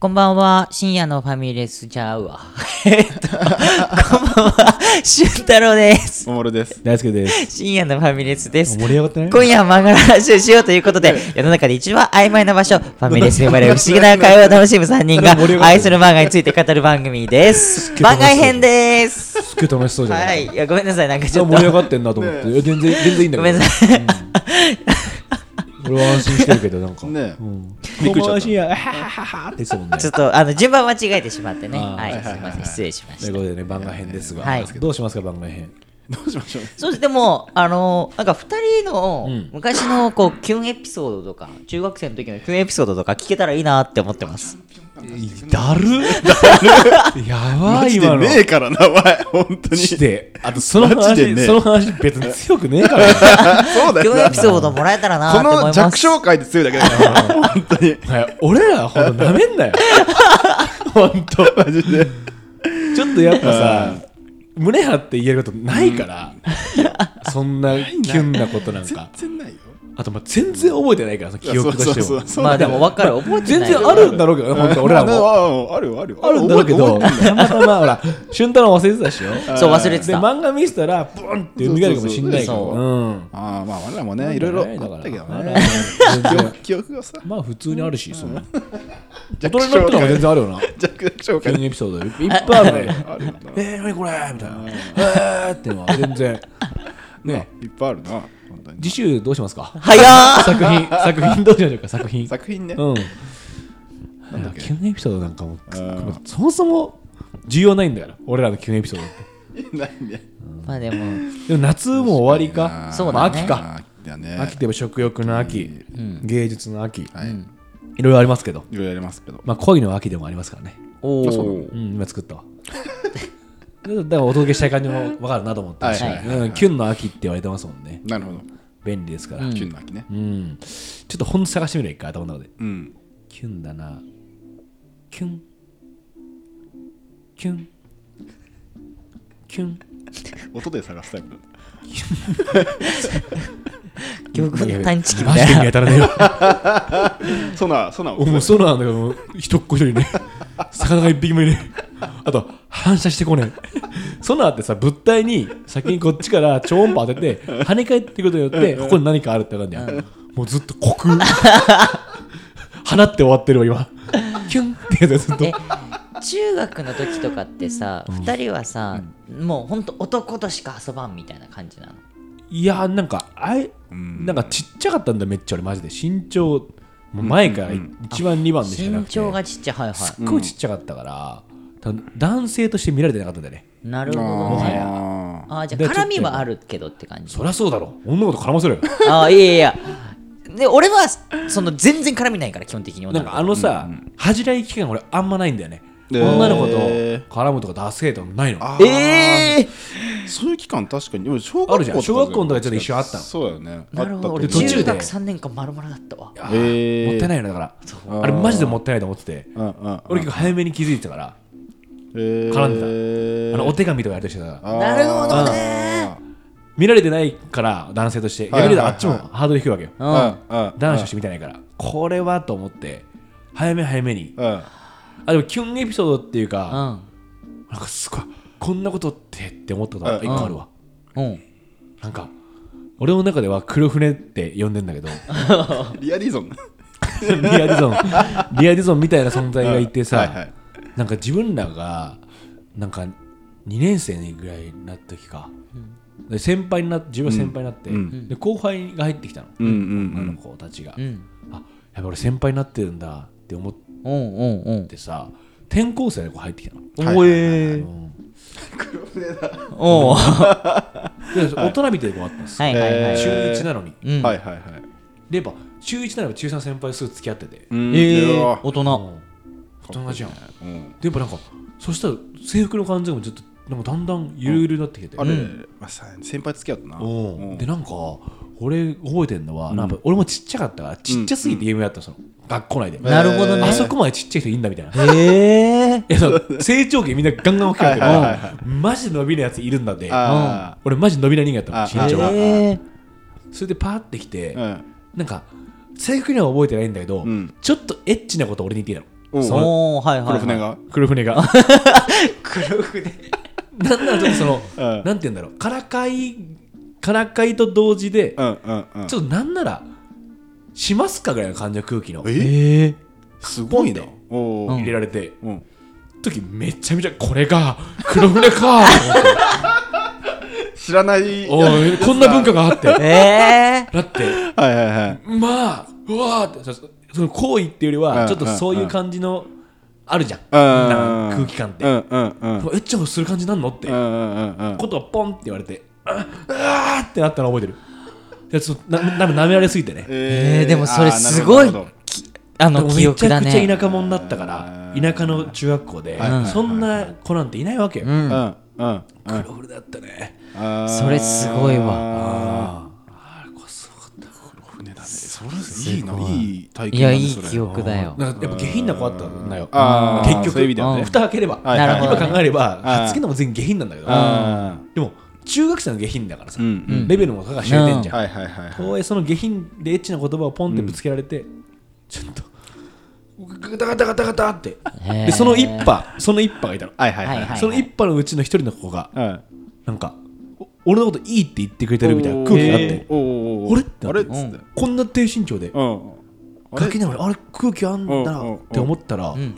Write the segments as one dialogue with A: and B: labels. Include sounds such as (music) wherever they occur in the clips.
A: こんばんは、深夜のファミレスちゃうわ。えっと、こんばんは、俊太郎です。
B: おもろです。
C: 大輔です。
A: 深夜のファミレスです。
C: 盛り上がってない
A: 今夜は漫画の話をしようということで、世の中で一番曖昧な場所、ファミレスに生
C: (laughs)
A: まれる不思議な会話を楽しむ3人が
C: 盛り上がってる
A: 愛する漫画について語る番組です。
C: げえ楽しそう
A: 番外編です。
C: すっげえ楽しそうじゃな
A: はいい。いや、ごめんなさい、なんかち
C: 盛
A: ょっと
C: り。上がってんなと思って。
B: ねえ
C: いや全然、全然いいんだけど。
A: ごめんなさい。
C: 俺は安心してるけど、なんか。
B: ねえ
C: うん。
B: びっくりしちゃった
C: こんばんは深夜、あははははって言ってたもんね。
A: ちょっと、あの、順番間違えてしまってね。
C: あー
A: はい、
C: はい
A: す
C: はいいはい
A: ません、失礼しま
C: と
A: し
C: いう
A: た。
C: ことでね、番外編ですが。
A: はい
C: どうしますか、番外編。
B: どうしましょうね。
A: そうですでもあのなんか2人の
C: うん
A: 昔のこうキュンエピソードとか中学生の時のキュンエピソードとか聞けたらいいなって思ってます
C: だるやば
B: マ
C: い、
B: ジで
C: 今の。
B: ねえからな、お前。本当に。
C: し
B: そ
C: て、あとその
B: マジで
C: 話、
B: ね
C: その話別に強くねえからね。
B: うだ
A: キュ
B: よ
A: ンエ
B: な。
A: ピソードもらえたらなって
B: こ
A: 思い
B: の
A: ます
B: 弱小界で強いだけだから。本当に。
C: はい俺らほんと舐めんなよ。ほんと。
B: マジで。
C: ちょっとやっぱさ、胸張って言えることないから、そんなキュンなことなんか。
B: 全然ないよ。
C: あと、まあ全然覚えてないからさ、記憶としては。
A: まあでも分かる覚えて
C: 全
A: ないよ
C: 然あるんだろうけどね、本当俺ら
B: まあ
C: も。
B: まああるよ、あるよ。
C: あるんだろうけど、
B: 覚えてんだよ
C: たまたま、ほら、俊太郎忘れてたでしょ。
A: そう忘れて
C: で、
A: た
C: 漫画見せたら、ブーンって蘇るかもしんないけ
B: そ
C: ど
B: うそう
C: う
B: そ
C: ん。
B: ああ、まあ、我らもね、いろいろあったけど
C: あ
B: ね。
C: ら全
B: 記
C: 然
B: 憶記憶がさ、
C: まあ、普通にあるし、その。大
B: 弱
C: 人になっ
B: 小
C: てからも全
B: 界。
C: 然ある
B: (laughs)
C: よな。
B: 弱小
C: キュ
B: 界。
C: ンエピソードいっぱいあるね。
B: あるよな
C: えー、何これみたいな。えーってのは全然。ね
B: いっぱいあるな。本当に
C: 次週どうしま
B: (laughs)
C: すか
A: 早っ
C: 作品、作品どうしましょうか、作品。
B: 作品ね。
C: うん。
B: なんだっけ
C: キュンエピソードなんかもく
B: うん
C: もうそもそも需要ないんだから俺らのキュンエピソードって
B: ないね。
A: まあでも
C: でも夏も終わりか
A: そう
C: まあ
A: だね
C: 秋
B: あ
C: か
B: あ、だね。
C: 秋といえば食欲の秋、芸術の秋、
B: はい。
C: いろいろありますけど、
B: いろいろやりますけど。
C: まあ、恋の秋でもありますからね
A: お
B: あそうな
A: お
C: うん今
A: (laughs)
C: 作ったわだからだからお届けしたい感じも分かるなと思って、
B: はい
A: はいはい
C: うん、キュンの秋って言われてますもんね
B: なるほど。
C: 便利ですから、うん
B: キュンの秋ね。
C: ちょっと本探してみる一回頭の中で (laughs)
B: うん。
C: キュンだなキュンキュンキュン
B: 音で探すタイプなんだ
A: 記憶の探知機み
C: マ
A: た
C: ジで
A: いな
C: 見当たらねえわ
B: ソナー、ソナーを
C: もうそうなんだけどもう人っ子一人ね魚が一匹もいねあと反射してこないソナーってさ物体に先にこっちから超音波当てて跳ね返ってくことによってここに何かあるってわかんだよもうずっと虚空放って終わってるわ今キュンってやつずっと
A: え中学の時とかってさ2人はさもうほんと男としか遊ばんみたいな感じなの
C: いやーなんかあい
B: ん
C: なんかちっちゃかったんだめっちゃ俺マジで身長もう前から1番2番でしかな
A: 身
C: くて
A: 長がちっちゃいはいは
C: すっごいちっちゃかったから、多分男性として見られてなかったんだよね
A: いなるほど
C: は
A: ね
C: や
B: あ
A: あーじゃ
C: で
A: あ絡みはあるけどって感じ
C: そりゃそうだろ女の子と絡
B: (laughs)
C: ませろよ
A: (laughs) ああいやいやいやで俺はその全然絡みないから基本的に女
C: なん
A: の
C: か
A: 子
C: あのさ、恥じらい期間俺あんまないんだよね、
B: えー
C: 女の子と絡むとかダセーとかないの
B: あ
A: ええ
B: ーそういう期間確かにでも小学校
C: あるじゃん
B: とか
C: 小学校の時ちょっと一緒あったの
B: そうだよね
A: なるほど
B: あ
A: 俺
B: ったと思う
C: 途中
A: 中
C: で
A: 学3年間まるまるだったわ
C: あ
B: え
C: ー
B: ー
C: もったいないよねだからあれマジでもったいないと思ってて
B: うんうんうん
C: 俺結構早めに気づいてたから絡んでたあ
B: で
C: のお手紙とかやりとしてたから
B: な
A: なるほどね
C: 見られてないから男性として
B: はいはい
C: 逆に
B: はい
C: あっちもハードル低いわけよ
A: う
B: うん
A: ん
B: うん
C: 男子として見てないからこれはと思って早め早めに
B: うん
C: あでもキュンエピソードっていう
A: う
C: か
A: ん
C: なんかすごいこんなことってって思ったことが一個あるわ
A: うん
C: なんか俺の中では黒船って呼んでんだけど (laughs)
B: リアリゾン
C: リアディゾ
B: (laughs)
C: ンリアディゾンみたいな存在がいて
B: はいは
C: さ
B: い
C: なんか自分らがなんか2年生ぐらいになった時かで先輩になっ自分は先輩になって、
B: うんう
C: で後輩が入ってきたの、
B: うん
C: 女
B: うん
C: の子たちが、
A: うん
C: あやっぱ俺先輩になってるんだって思っ
A: うんうんうん
C: てさ転校生の子入ってきたの、
B: はい
A: おえ
B: 黒船だは
A: おおは
C: で大人びてる子があったんですよ、
A: いはいはい
B: え
C: 中
B: ー
C: 1なのに、
A: うん
B: いはいはい
C: でやっぱ中1ならば中3先輩とすぐ付き合ってて、
B: うん
A: え
B: う
A: え
B: わ
A: 大人
C: うん大人じゃん
B: うん
C: でやっぱなんかそしたら制服の感じもちょっとなんかだんだんゆるゆるになってきてて、
B: あれまあさ先輩付き合ったな
C: うん
B: うん
C: でなんか俺覚えてるのは、なんか俺もちっちゃかったからちっちゃすぎてゲームやったのその学校内で、
A: なるほどね
C: あそこまでちっちゃい人いいんだみたいな (laughs)
A: へえ
C: いやその成長期みんなガンガン大きくなってるか
B: はいはいはい
C: らマジ伸びるやついるんだって
B: あ
C: 俺マジ伸びない人間やったの
B: あ
C: 身長が
B: あ
A: へえ
C: それでパーってきて
B: ーうん
C: なんか正確には覚えてないんだけど
B: うん
C: ちょっとエッチなこと俺に言ってい
B: お
C: いだろ
B: う
C: その
A: おおはいはい、は
B: 黒
A: い、
B: 船が
C: 黒船 (laughs) が
A: 黒船
C: なんならちょっとその
B: うん
C: なんて言うんだろうからかいからかいと同時で
B: うんうんうん
C: ちょっとなんならしますかぐらいの感じの空気の
B: え
C: え
B: すごいな
C: ポンっ
B: おお
A: うん
C: 入れられて
B: うん
C: 時めちゃめちゃこれが黒船かと思って
B: (laughs) 知らない (laughs)
C: おいこんな文化があって
A: ええ
C: だって
B: はいはいはい
C: まあうわーってそその行為っていうよりは、
B: うん
C: ちょっとそういう感じの、あるじゃん、なんか空気感って、
B: う
C: うん
B: うんうん
C: えっちゃんする感じなんのって、
B: うんうんうんうん
C: ことがポンって言われてあうわーってなったの覚えてるいやちょっとなな舐められすぎてね
A: えーでもそれすごい
B: あーなるほどなるほど
A: きあの
C: でも
A: 記憶だ
C: めちゃくち
A: ね
C: ゃ田舎者だったから
B: うん
C: 田舎の中学校で、
B: うん
C: そんな子なんていないわけよ、
A: うん
B: うんうんうん
C: 黒船だったね
B: あー
A: それすごい
B: あ
C: あああれこそ
B: ー船だねそれいいないい体
A: い
B: 験だ
A: や
B: ね
A: いい
B: それ
A: 記憶だよ
C: なんかやっぱ下品な子だったんだよ
B: あー
C: 結局
B: そういう意味ではね
C: うん蓋開ければ、
B: はい
A: はいはい
C: 今考えれば、
B: はい
C: つけのも全員下品なんだけど、
B: あ
C: でも中学生の下品だからさ、
B: ーうんうん
C: レベルも高が知れてんじゃん、
B: はいはいはいはい
C: 東映その下品でエッチな言葉をポンってぶつけられて、ちょっとガタガタガタガタって
A: へー
C: でその一派その一派がいたの、
B: はいはいはい
A: はい
C: その一派のうちの一人の子が
B: うん
C: なんかお俺のこといいって言ってくれてるみたいな空気があって
B: おーおーおー
C: あれってな
B: あ
C: って
B: れっつって
A: うん
C: こんな低身長で
B: うんあ
C: ガ
B: れ
C: キなのにあれ空気あんだ
B: うんう
C: なんって思ったら、
A: ん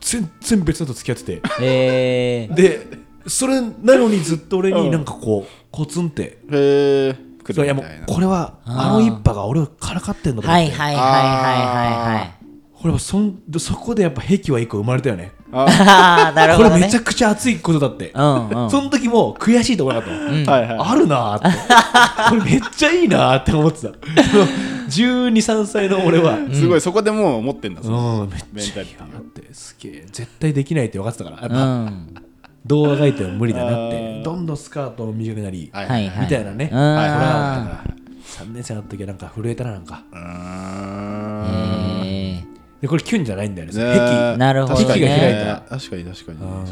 C: 全然別のと付き合ってて
A: ええ
C: でそれなのにずっと俺になんかこうコツンって
B: へえ来
C: そう
B: る
C: いやも
B: み
C: う
B: たいな
C: これはあの一派が俺をからかってんのと思っ
A: は
C: て
A: いはいはいはいはいはい
C: 俺はそんそこでやっぱ癖は一個生まれたよね
B: あ
A: ああなるほ
C: こ
A: ど
C: れ
A: ね
C: めちゃくちゃ熱いことだって、
A: うんうん
C: その時も悔しいとこなかったの、
B: はいはい
C: あるなーってこれめっちゃいいなーって思ってた1 2 3歳の俺は
B: すごいそこでもう持ってんだその
C: うんめっちゃいいなーってすげえ絶対できないって分かってたからやっ
A: う
C: ぱ
A: ん
C: 動画描いても無理だなって
B: あー
C: どんどんスカートを短くなり、
B: はい
A: はいはい
C: みたいなね
A: うん
B: い
C: これは3年生の時はなんか震えたななんか
B: うーん
A: えー
C: でこれキュンじゃないんだよねその
B: ね
C: 癖
A: なるほどね
B: 確かに
C: 息が開いたら
B: 確かに確かにそうだな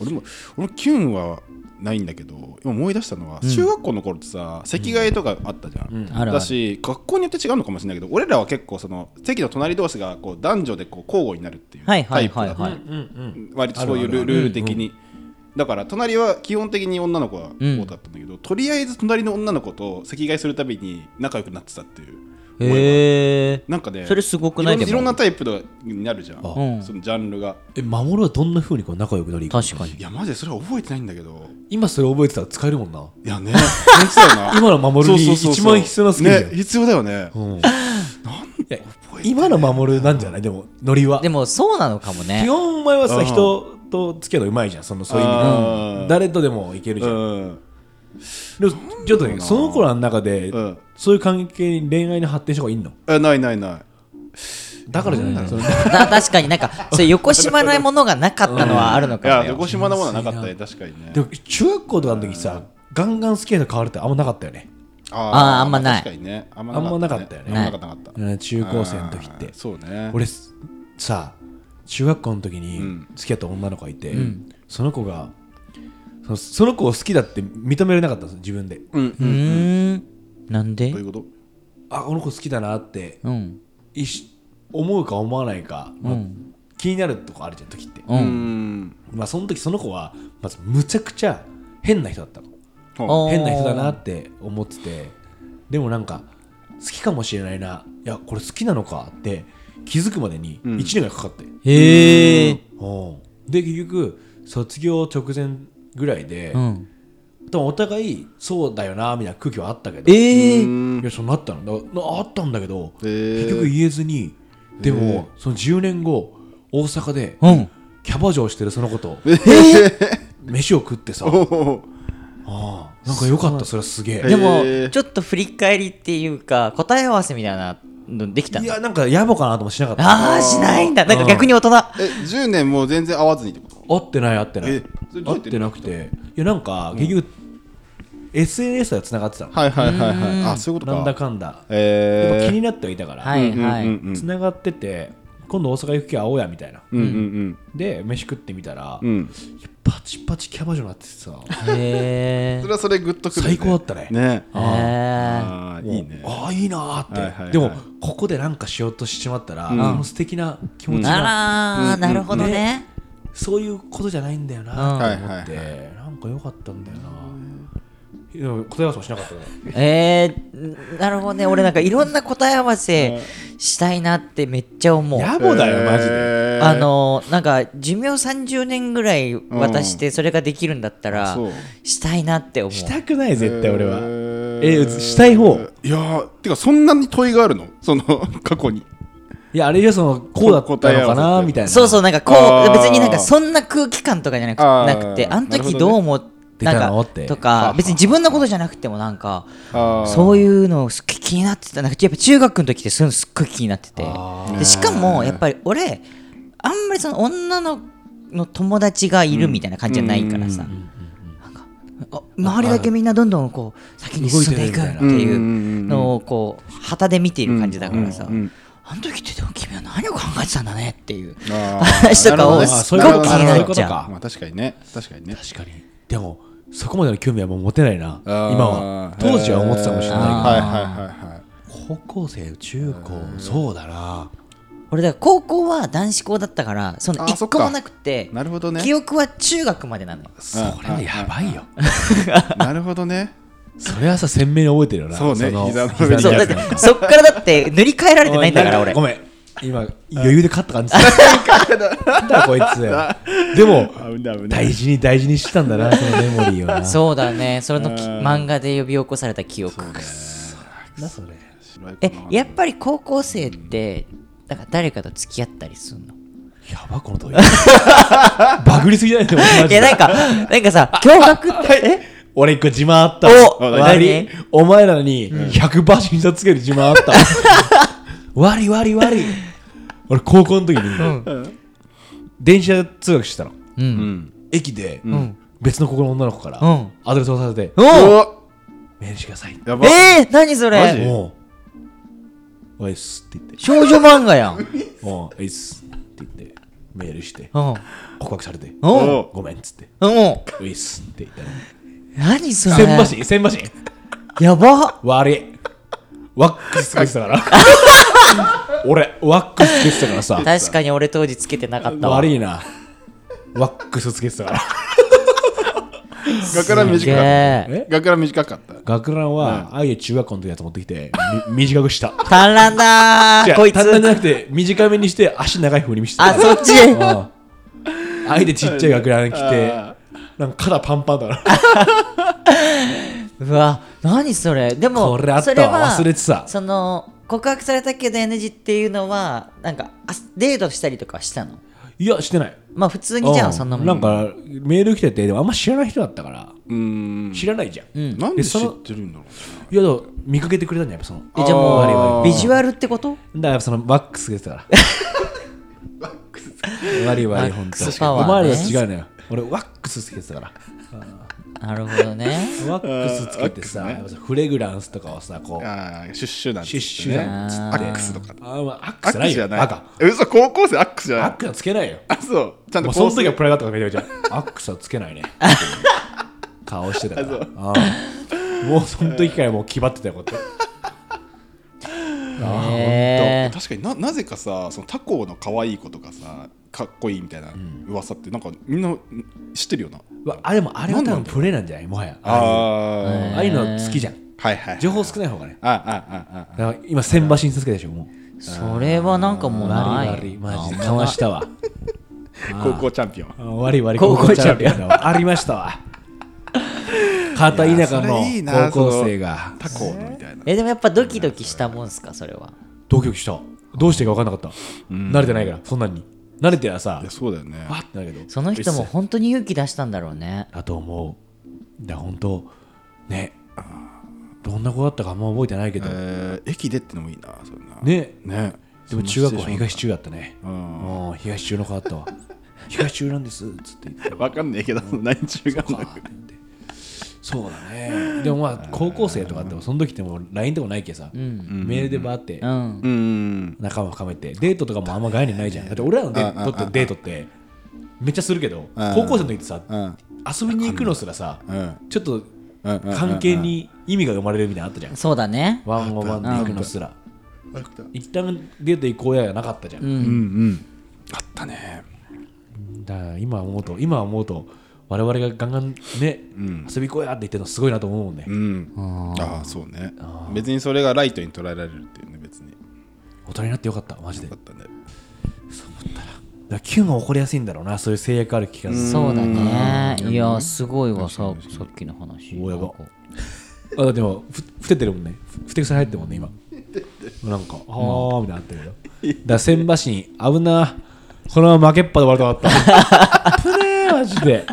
B: 俺も俺もキュンはないんだけど今思い出したのは、中学校の頃ってさ席替えとかあったじゃん、
A: あるある
B: だし学校によって違うのかもしれないけど俺らは結構その席の隣同士がこう男女でこう交互になるっていう
A: は
B: タ
A: い
B: イプだ
A: は
B: っ
A: い
B: た、
A: はいはい
C: うんうん
B: 割とそういうル
C: あるあるある
B: ルール的に、だから隣は基本的に女の子が多かったんだけど、とりあえず隣の女の子と席替えするたびに仲良くなってたっていう思いが
A: へえ
B: なんかね
A: それすごくない
B: いろん
A: で
B: いろん
A: も
B: なタイプのになるじゃん、
A: うん
B: そのジャンルが
C: え守るはどんなふうにこう仲良くなり
A: 確かに
B: いやマジでそれは覚えてないんだけど
C: 今それ覚えてたら使えるもんない
B: やね本当だよな
C: 今の守るに
B: (laughs) そうそうそう
C: 一番必要なスキルじゃん
B: ね必要だよね
C: うん、いや今の守るなんじゃないでもノリは
A: でもそうなのかも
C: 基
A: ね
C: 本お前はさ
B: うん
C: 人と付き合うのうまいじゃんそのそういう意味で
B: あー
C: 誰とでもいけるじ
B: う
C: ゃん、
B: ん
C: でもちょっとねその頃の中で、
B: うん
C: そういう関係に恋愛の発展した方がいいの
B: えないないない
C: だからじゃないのその
A: な確かになんかそういう横島ないものがなかったのはあるの
B: い
A: か
B: や
A: もよ
B: 横島なものはなかったね確かにね
C: でも中学校とかの時さガンガン好きな人変わるってあんまなかったよね
A: あーあんまない
B: 確かにねあん
C: あんまなかったよね
B: あんまなかったなかった
C: うん中高生の時って
B: あーそうね
C: (laughs) 俺すさ中学校の時
B: う
C: に
B: ん
C: 付き合った女の子がいて、その子がそのその子を好きだって認められなかったんです自分で
B: うん
A: うーんなんで
B: どういうこと
C: あこの子好きだなって
A: うん
C: いし思うか思わないか、まあ
A: うん
C: 気になるとこあるじゃん時って、
A: う
B: うんん
C: まあその時その子はまずむちゃくちゃ変な人だったの
A: おー
C: 変な人だなって思っててでもなんか好きかもしれないないやこれ好きなのかって気づくまでに
B: うん
C: 1年がかかって、
A: へえ
C: うんで結局卒業直前ぐらいで、
A: うん
C: 多分お互いそうだよなみたいな空気はあったけどい
A: ええ
C: やそうなったのだなあったんだけど、
B: へー
C: 結局言えずにでも、その10年後大阪で
A: うん
C: キャバ嬢してるその子と飯を食ってさ、あ
B: お
C: あなんかよかったそれはすげ
B: へ
A: で
C: え
A: も
B: ー
A: ちょっと振り返りっていうか答え合わせみたいなのできた
C: いやなんか野暮かなともしなかった
A: ああしないんだなんか逆に大人
B: え10年もう全然会わずにってこと
C: 会ってない会ってない
B: えそれどうや
C: 会っ
B: って
C: てなくていやなんか結局、SNS ではつながってたの、
B: はいはいはいはいあそういうことか
C: なんだかんだ、やっぱ気
B: え
C: になってはいたから、
A: はい
B: ー
A: はい
B: うんうんうん
C: つながってて今度大阪行くけ会おうやみたいな
B: うんうん
C: で飯食ってみたら、
B: うんうん
C: パチパチキャバ嬢になってて
B: (laughs)
C: さ
A: へ
B: それはそれグッとくるね
C: 最高だったね
B: ね
A: えへ
B: ああ
C: もう
B: いいね
C: ああいいなーっ
B: は
C: て、
B: いはいはい
C: でもここでなんかしようとしてしまったら、
B: ん
C: あの素敵な気持
A: え
C: ちが、
A: あらーなるほどね
C: そういうことじゃないんだよなと思っ
B: うん
C: て、
B: はいは
C: なんか良かったんだよな、でも答え合わせもしなかったね
A: えー、なるほどね俺なんかいろんな答え合わせしたいなってめっちゃ思う
C: 野暮だよマジで、
B: えー
A: あのなんか寿命30年ぐらい渡してそれができるんだったら、
B: そう
A: したいなって思う
C: したくない絶対俺は、
B: え
C: えしたい方
B: いやーてかそんなに問いがあるのその (laughs) 過去に
C: いやあれよそのこうだったの
B: 答え合
C: か
B: わ
C: な
B: せ
C: みたいな
A: そうそうなんかこ
B: あー
A: う別になんかそんな空気感とかじゃなく
B: あー
A: なくてあの
B: なるほど
A: 時
B: ね
A: どう思って
C: 出た
A: な
C: の
A: ん
C: っ
A: か
C: て
A: と
B: ははは
A: か別に自分のことじゃなくてもなんか
B: そ
A: そういうのをすっげえ気になってたなんかやっぱ中学の時ってそういうのすっごい気になってて
C: あ
B: ー
A: でしかもやっぱり俺あんまりその女のの友達がいるみたいな感じじゃないからさ、あ周りだけみんなどんどんこう先に進んでいくっていうのをこう旗で見ている感じだからさ、あの時ってでも君は何を考えてたんだねっていう話とかを
C: なるほどね
A: すっごく気になっち
C: なるほどなるほど
A: ゃ
C: か
A: う。
B: まあ確かにね確かにね
C: 確かにでもそこまでの興味はもう持てないな今
B: あー
C: は当時は思ってたかもしれ
B: はい
C: な
B: はいい
A: あ
B: はいはい
C: けど高校生中高そうだな
A: 俺だから高校は男子校だったからその
B: あそ
A: 一
B: っか
A: 個もなくて
B: なるほどね
A: 記憶は中学までなのよ。
C: それはやばいよ
B: なるほどね
C: それはさ鮮明に覚えてるよな
B: そうね
C: の
B: 膝の上に
A: そう
C: 膝
A: だっ
C: のや
A: てそっからだって塗り替えられ
C: つ
A: てないんだから俺
C: ご。めん今余裕で勝った感じだなんだこいつでも
B: 危ない危ない
C: 大事に大事にしてたんだなそのメモリーをな
A: そうだねそれのき
B: うん
A: 漫画で呼び起こされた記憶。
C: うなそれ
A: えやっぱり高校生ってなんか誰かと付き合ったりするの
C: やばこの問いバグりすぎじゃないのマジ
A: い
C: で
A: やなんかなんかさ驚愕ってえ
C: 俺一個自慢あった
A: お
C: わ悪い
A: 何
C: お前らに100バシに差つける自慢
A: (laughs)
C: あったわ悪い悪い悪い俺高校の時に電車通学してたの
A: うん
B: うん
C: 駅で
A: ん
C: 別の子の女の子から
A: うん
C: アドレスをさせて
A: お
B: お
C: メールしてくださいって
B: やば
A: えー、何そ
B: マジ
A: れ
C: もうおいっすって言って
A: 少女漫画やん
C: おういっすって言ってメールして
A: うん
C: 告白されて
A: うん
B: お
C: ごめんっつって
A: うん
C: おいっすって言ったの
A: 何それ
C: 千橋千橋
A: やば
C: 悪いワックスつけてた
A: (laughs)
C: から俺ワックスつけてたからさ
A: 確かに俺当時つけてなかったわ
C: 悪いなワックスつけてたから
A: (laughs)
B: 学ラン
A: すげ
B: 短かっ
A: え
C: え
B: た学ラン短かった
C: 学ランはああいう中学校の時やつ持ってきてみ短
A: (laughs)
C: くした
A: 単乱だ
C: 違
A: ー
C: う
A: こいつ
C: 単純じゃなくて短めにして足長い風に見せて
A: あそっち (laughs)
C: うんあえてちっちゃい学ラン着て
B: あ
C: なんか肩パンパンだから
A: うわ何それでも
C: これあった
A: そ
C: わ
A: れは
C: 忘れてた
A: その告白されたけど NG っていうのはなんかあデートしたりとかしたの
C: いやしてない
A: まあ普通にじゃ
C: う
A: あそんなもん
C: なんかメール来ててでもあんま知らない人だったから
B: うーん
C: 知らないじゃん、い
B: なんで
C: えそ
B: 知
C: の
B: ってるんだろう
C: やだから見かけてくれたんじゃんやっぱその
A: えじゃあもう
B: あー
A: あれビジュアルってこと
C: だからそのマックスです
B: (laughs)
C: から。悪い悪い、
A: ワッ
C: 本
A: ク
C: 当
A: スパワー
C: お前ら
A: ね
C: は違うのよ。俺、ワックスつけてたから。
A: なるほど
C: (laughs)
A: ね
C: ワックスつけてさ、
B: あーワッ
C: やっぱフレグランスとかをさ、こう、
B: ああシュッシュなんつって
C: シュッシュじゃん。つっ
A: あ
C: て
B: アックスとか
C: あー、まあ、アッ
B: ア
C: クス
B: ッ
C: な
B: ク
C: い
B: スじ
C: よ。
B: ゃ
C: バ
B: ない
C: カ。
B: え嘘高校生アックスじゃ
C: ア
B: な
C: ッ
B: い
C: クスはつけないよ。
B: あそうちゃんと
C: もうその
B: 香水
C: 時はプライドとかめちゃめちゃ。アックスはつ
B: (laughs)
C: けないね。顔してたから。あーもうその時からもう気張ってたよ、こうやって。
A: へー
B: 確かにななぜかさその他校の可愛い子とかさかっこいいみたいな噂ってなんかみんな知ってるよな、
C: うわあ、でもあれは
B: なんな
C: 多
B: ん
C: 分
B: だ
C: プレイなんじゃないもはや。あ
B: あ
C: あいうの好きじゃん。
B: ーはいはい
C: 情報少ない方がね。
B: あああああ
C: だから今、千橋につけたでしょ、もう。
A: それはなんかもうな
C: 悪い
A: い
C: 悪いマジで
A: あ
C: かわしたわ
B: 高校チャンピオン
C: あ悪い悪い
A: 高校チャンピオン
C: だわありましたわ片田舎
B: いやそれいいな
C: の高校生が
B: 他校のみたいな
A: えでもやっぱドキドキしたもんすかそれは
C: ドキドキしたどうしていいか分かんなかった慣れてないからそんなんに慣れてらさ
B: いやそうだよね
C: わってなるけど
A: その人も本当に勇気出したんだろうね
C: だと思うだから本当ねどんな子だったかあんま覚えてないけど
B: えー駅でってのもいいなそんな
C: ね
B: ね
C: でも中学校は
B: そんなシチュエー
C: 東中だったね
B: うん
C: うん東中の子だったわ
B: (laughs)
C: 東中なんですっつって言って
B: ションかわかんないけどその何中学の
C: そそうだねでもまあ高校生とかってもその時ってもう LINE とかないけさ、
A: うん
C: メールでバーって
A: うん
B: うんうん
C: 仲間深めてデートとかもあんま概念ないじゃんだって俺らのデートってデートってめっちゃするけど
B: うん
C: 高校生の時ってさ
B: うん
C: 遊びに行くのすらさ
B: うん
C: ちょっと
B: うんうん
C: 関係に意味が生まれるみたいなのあったじゃん
A: そうだね
C: ワンオンワンで行くのすら一旦デート行こうやがなかったじゃん、
B: うんうんあったね
C: だから今思うと今思うと我々がガンガンね、遊び行こうやって言ってるのすごいなと思うもんね、
B: うんああそうね別にそれがライトに捉えられるっていうね別によ
C: 大人になってよかったマジで
B: かったね
C: だからキュンが起こりやすいんだろうなそういう制約ある気がする、
A: そうだねいやすごいわささっきの話
C: おやば
A: なんか
C: あだってもうふふててるもんねふふてくさに入ってるもんね今なんかあーみたいになってるよだから千葉市に危なこのまま負けっぱで終わるとなった危ねえマジで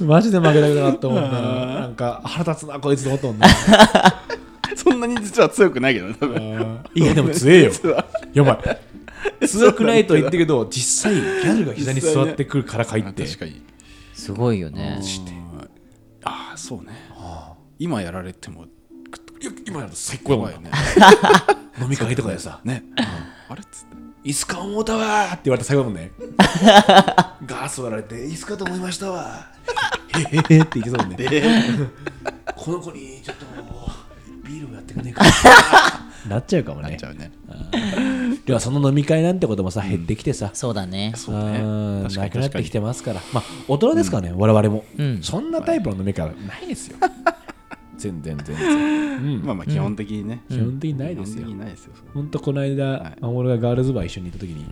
C: マジで負けたくなかったもんななんか腹立つなこいつと思ったもんね
B: (laughs) そんなに実は強くないけどね多分
C: いやでも強えよ
B: 実は
C: やばい強くないと言ってるけど実際ギャルが膝に座ってくるからかいって
B: 確かに
A: すごいよね
B: ああそうね今やられても
C: いや今やると最高だもん
B: 怖いね
C: 飲み会とかでさ
B: ね (laughs) あれっつって
C: 「椅子か思うたわ!」って言われた最後もんねガース割られて「椅子かと思いましたわ!」へへへって言ってたもんね
B: (laughs)
C: この子にちょっとビールをやってくんねえかなっちゃうかもね
B: ちゃうね
C: ではその飲み会なんてこともさ減ってきてさ、
A: そうだね
B: そうね
C: うん
B: 確か
C: な
B: に
C: くなっ
B: 確か
C: てき
B: に
C: てますからまあ大人ですからね、我々も、
A: ん
C: そんなタイプの飲み会はないですよ全然全然、うん
B: まあまあ基本的にね
C: 基本的にないで
B: 基
C: す
B: 本
C: よ、
B: 的にないですよそ
C: ほんとこの間
B: い、
C: 守、がガールズバー一緒に行った時に、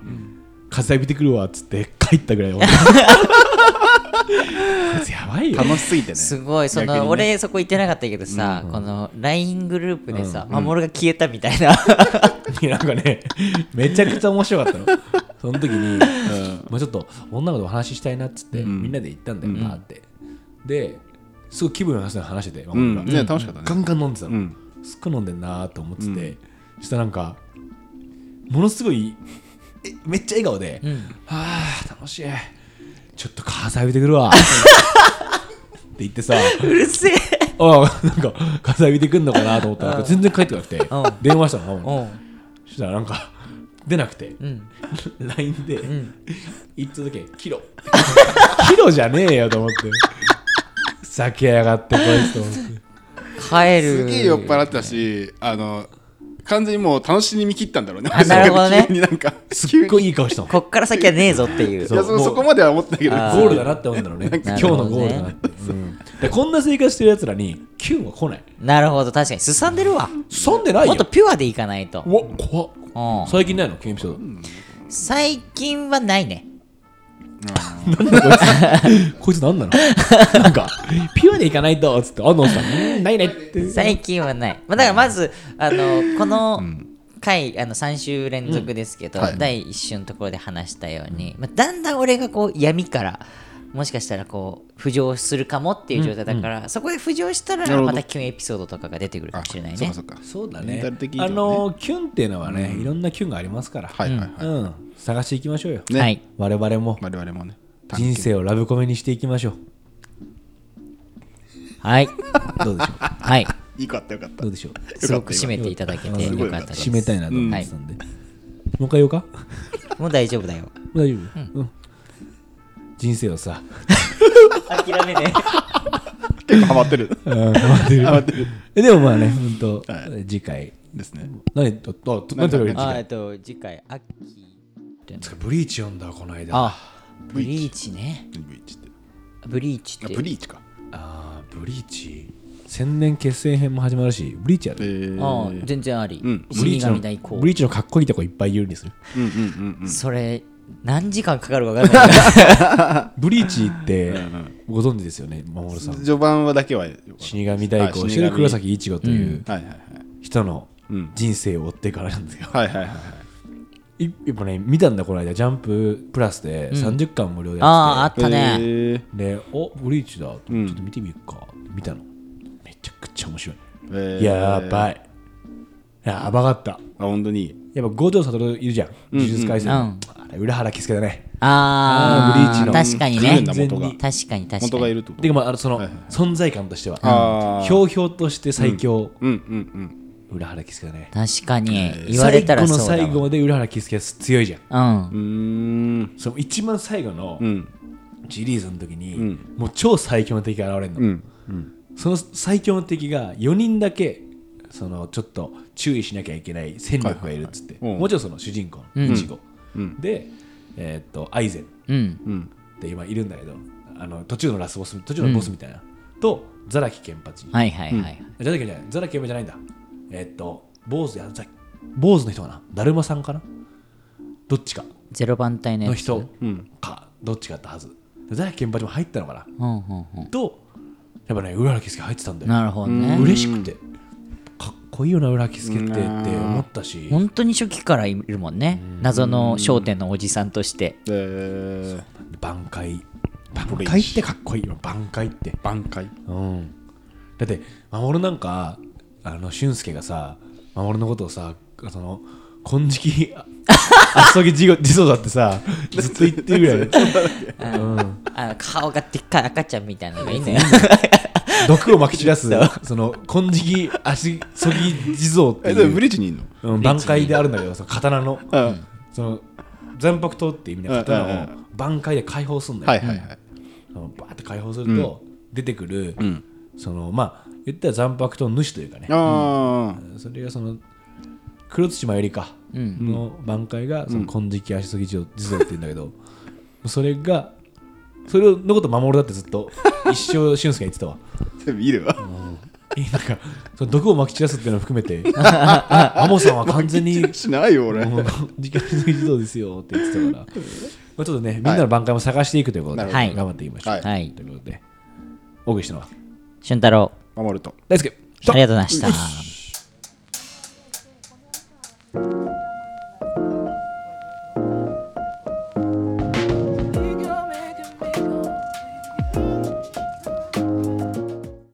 C: 風浴びてくるわっつって帰ったぐらい
B: (laughs)
C: 俺こいつやばいよ
B: う。楽しすぎてね
A: すごいそ
B: 逆に
A: の
B: ね
A: 俺そこ行ってなかったけどさこの LINE グループでさ守が消えたみたい
B: (laughs)
A: な
C: なんかね、めちゃくちゃ面白かったの。その時に、もうちょっと女の子とお話ししたいなっつって、みんなで行ったんだよなって。で、すごい気分を話して話してて、
B: う
C: 守
B: ん
C: が、
B: ね楽しかった
C: ガ
B: ね
C: ンガン飲んでた
B: う
C: の
B: ん。
C: すっごい飲んでんなーと思ってて、そしたらなんか、ものすごい、えめっちゃ笑顔で、はあ、楽しい。ちょっと風浴びてくるわ。って言ってさ、
A: うる (laughs) せえ
C: ああ、なんか風浴びてくんのかなと思ったら、なんか全然帰ってこなくて
A: ん、
C: 電話したの、守に
A: おう
C: そしたらなんか出なくて、
A: ん
C: LINE で一通だけ「キロ」キロじゃねえよと思って酒やがってこいつと思って
A: 帰る
B: すげえ酔っ払ってたしあの完全にもう楽しみに見切ったんだろうね
A: あなるほどね
B: (laughs) 急になんか
C: すっごいいい顔したの
A: こっから先はねえぞっていう
B: いやそ
C: もう
B: そこまでは思ってたけど
A: あ
C: ゴールだなって思うんだろうね
A: (laughs)
C: 今
A: な
C: 日
A: るほ
C: の
A: どね
C: ゴールだなって、うんでこんな生活してるやつらにキュンは来ない
A: なるほど確かにすさんでるわ
C: そんでない
A: も
C: よ
A: っとピュアでいかないと
C: うわ怖っ
A: うん
C: 最近ないのキュンエピソー
A: 最近はないね
C: ドこいつ何
A: (laughs)
C: なのなんかピュアでいかないとっつって安藤さんうんないねって
A: 最近はない、まあ、だからまずあのこの回あの3週連続ですけど、第1週のところで話したように、まあ、だんだん俺がこう闇からもしかしたらこう浮上するかもっていう状態だから、そこで浮上した
B: なる
A: ら
B: ほど
A: またキュンエピソードとかが出てくるかもしれない
B: そ
A: ね
B: っかそっか
C: そうだ
B: メン
C: ね
B: タル的にと
C: あ
B: かね
C: のキュンっていうのはね、いろんなキュンがありますから、
B: はいはいはい
C: うん、探していきましょうよ、
B: ね
A: はい
C: 我々も
B: 我々もね
C: 人生をラブコメにしていきましょう
A: はい
C: どうでしょう
A: はい
B: いいかったよかった
C: どうでしょう
A: すごく締めていただけて
B: すごい
A: よかったです
C: 締めたいなと思ってたんで、もう一回言おうか
A: もう大丈夫だよ
C: 大丈夫、うん人生をさ、
A: 諦めね
B: 結構ハマってる
C: うん、待ってる
B: ハマってる
C: えでもまあね本当、次回
B: ですね
C: 何とと何とかより次
A: あえ
C: 回
A: っと次回秋
C: つかブリーチ読んだこの間あ
A: あブリーチね
B: ブリーチって
A: (laughs) ブリーチっ
B: あ
A: て
B: ブリーチか
C: あーブリーチ千年決戦編も始まるしブリーチやる
B: えー
A: ああ全然あり、
B: ん
C: ブリ
A: 死
C: ーチの
A: 神大行
C: ブリーチのかっこいいとこいっぱい言うん (laughs) でする
B: うんうんうん
A: それ何時間かかるか分からないけど
C: ブリーチってご存知ですよね守さ
B: うん
C: ん
B: 序盤はだけはよかった
C: 死神代行して
B: あ死
C: る
B: 神
C: 黒崎一護という
B: はいはいはい
C: 人の
B: うん
C: 人生を追ってからなんですよ
B: はいはいはい
C: いやっぱね見たんだこの間ジャンププラスで30巻無料で
A: あああ
C: やっ
A: ってたね、
B: えー
C: てでおブリーチだちょ
B: ん
C: っと見てみるか見たのめちゃくちゃ面白い
B: えー
C: やばいややばかった
B: あ本当に
C: やっぱ五条悟いるじゃん呪術廻戦、
A: うんうん
C: あれ浦原喜助だね
A: あ
C: あーブリーチ
A: ー
C: の
A: 確かに
B: 来る
C: 完
B: ん
A: ね
B: だ
C: 全に
B: 元が
A: 確かに確
B: 元
A: か
B: がい
A: に
B: るってこと
C: てかまああのその
B: はいはい
C: 存在感としては、
B: あー
C: ひょうひょうとして最強、
B: うんうん
C: 浦原喜助だね
A: 確かに言われたらそうだわ
C: 最後の最後まで浦原喜助は強いじゃん
A: うん
B: うんうーん
C: その一番最後の
B: うん
C: シリーズの時に、
B: ん
C: もう超最強の敵が現れるの、
B: うん
C: その最強の敵が4人だけそのちょっと注意しなきゃいけない戦力がいるっつって、
B: はいはいはいうん
C: もちろんその主人公のイチゴ、
B: うん
C: で、えーっとアイゼンっ
A: うん
B: うん
C: て今いるんだけどあの途中のラスボス途中のボスみたいな、とザラキケンパチ、
A: はいはいはいはい
C: ザラキじゃないザラキケンパチじゃないんだえーっと坊主やザ坊主の人かなだるまさんかなどっちか
A: ゼロ番隊のや
C: の
A: つ
C: 人
B: うん
C: かどっちかだったはずでザラキケンパチも入ったのかな
A: うんうんうん
C: とやっぱね浦原喜助入ってたんだよ
A: なるほどね
C: 嬉しくてかっこいいよな浦木助ってって思ったし
A: 本当に初期からいるもんね謎の『笑点』のおじさんとして
B: えー
C: 挽回挽回ってかっこいいよ挽回って
B: 挽回
C: うんだって守なんかあの俊介がさ守のことをさその金 (laughs) 色ああっそぎ地獄地蔵だってさずっと言ってる (laughs) ぐらい
A: あ顔がでっかい赤ちゃんみたいなのがいいんだよ
C: 毒をまき散らすその金色足そぎ地蔵って
B: えで
C: い
B: もブ
C: う
B: リッジにいんの
C: うん挽回であるんだけどその刀の
B: うん
C: その残白刀っていう意味の
B: うんうん
C: 刀を
B: う
C: 挽回で解放するんだよ、
B: はいはいはい
C: そのバーって解放すると出てくる、そのまあ言ったら残白刀の主というかね
B: ああ
C: それがその黒土真由里かの挽回がその金色足継ぎ地蔵地蔵っていうんだけど、 (laughs) それがそれのこと守るだってずっ
B: (laughs)
C: と一生俊介が言ってたわ
B: 全部いるわ
C: えなんかその毒をまき散らすっていうのを含
B: (laughs)
C: めてあモさんは完全
B: (laughs)
C: に
B: しないよ俺
C: もう時間の自動ですよって言ってたから、まあちょっとね、みんなの挽回も探していくということで、
A: なるほど
C: 頑張っていきましょう。
B: はい
A: はい
C: ということで、お送りしたのは、
A: 俊太郎
B: 守ると
C: 大輔
A: ありがとうございました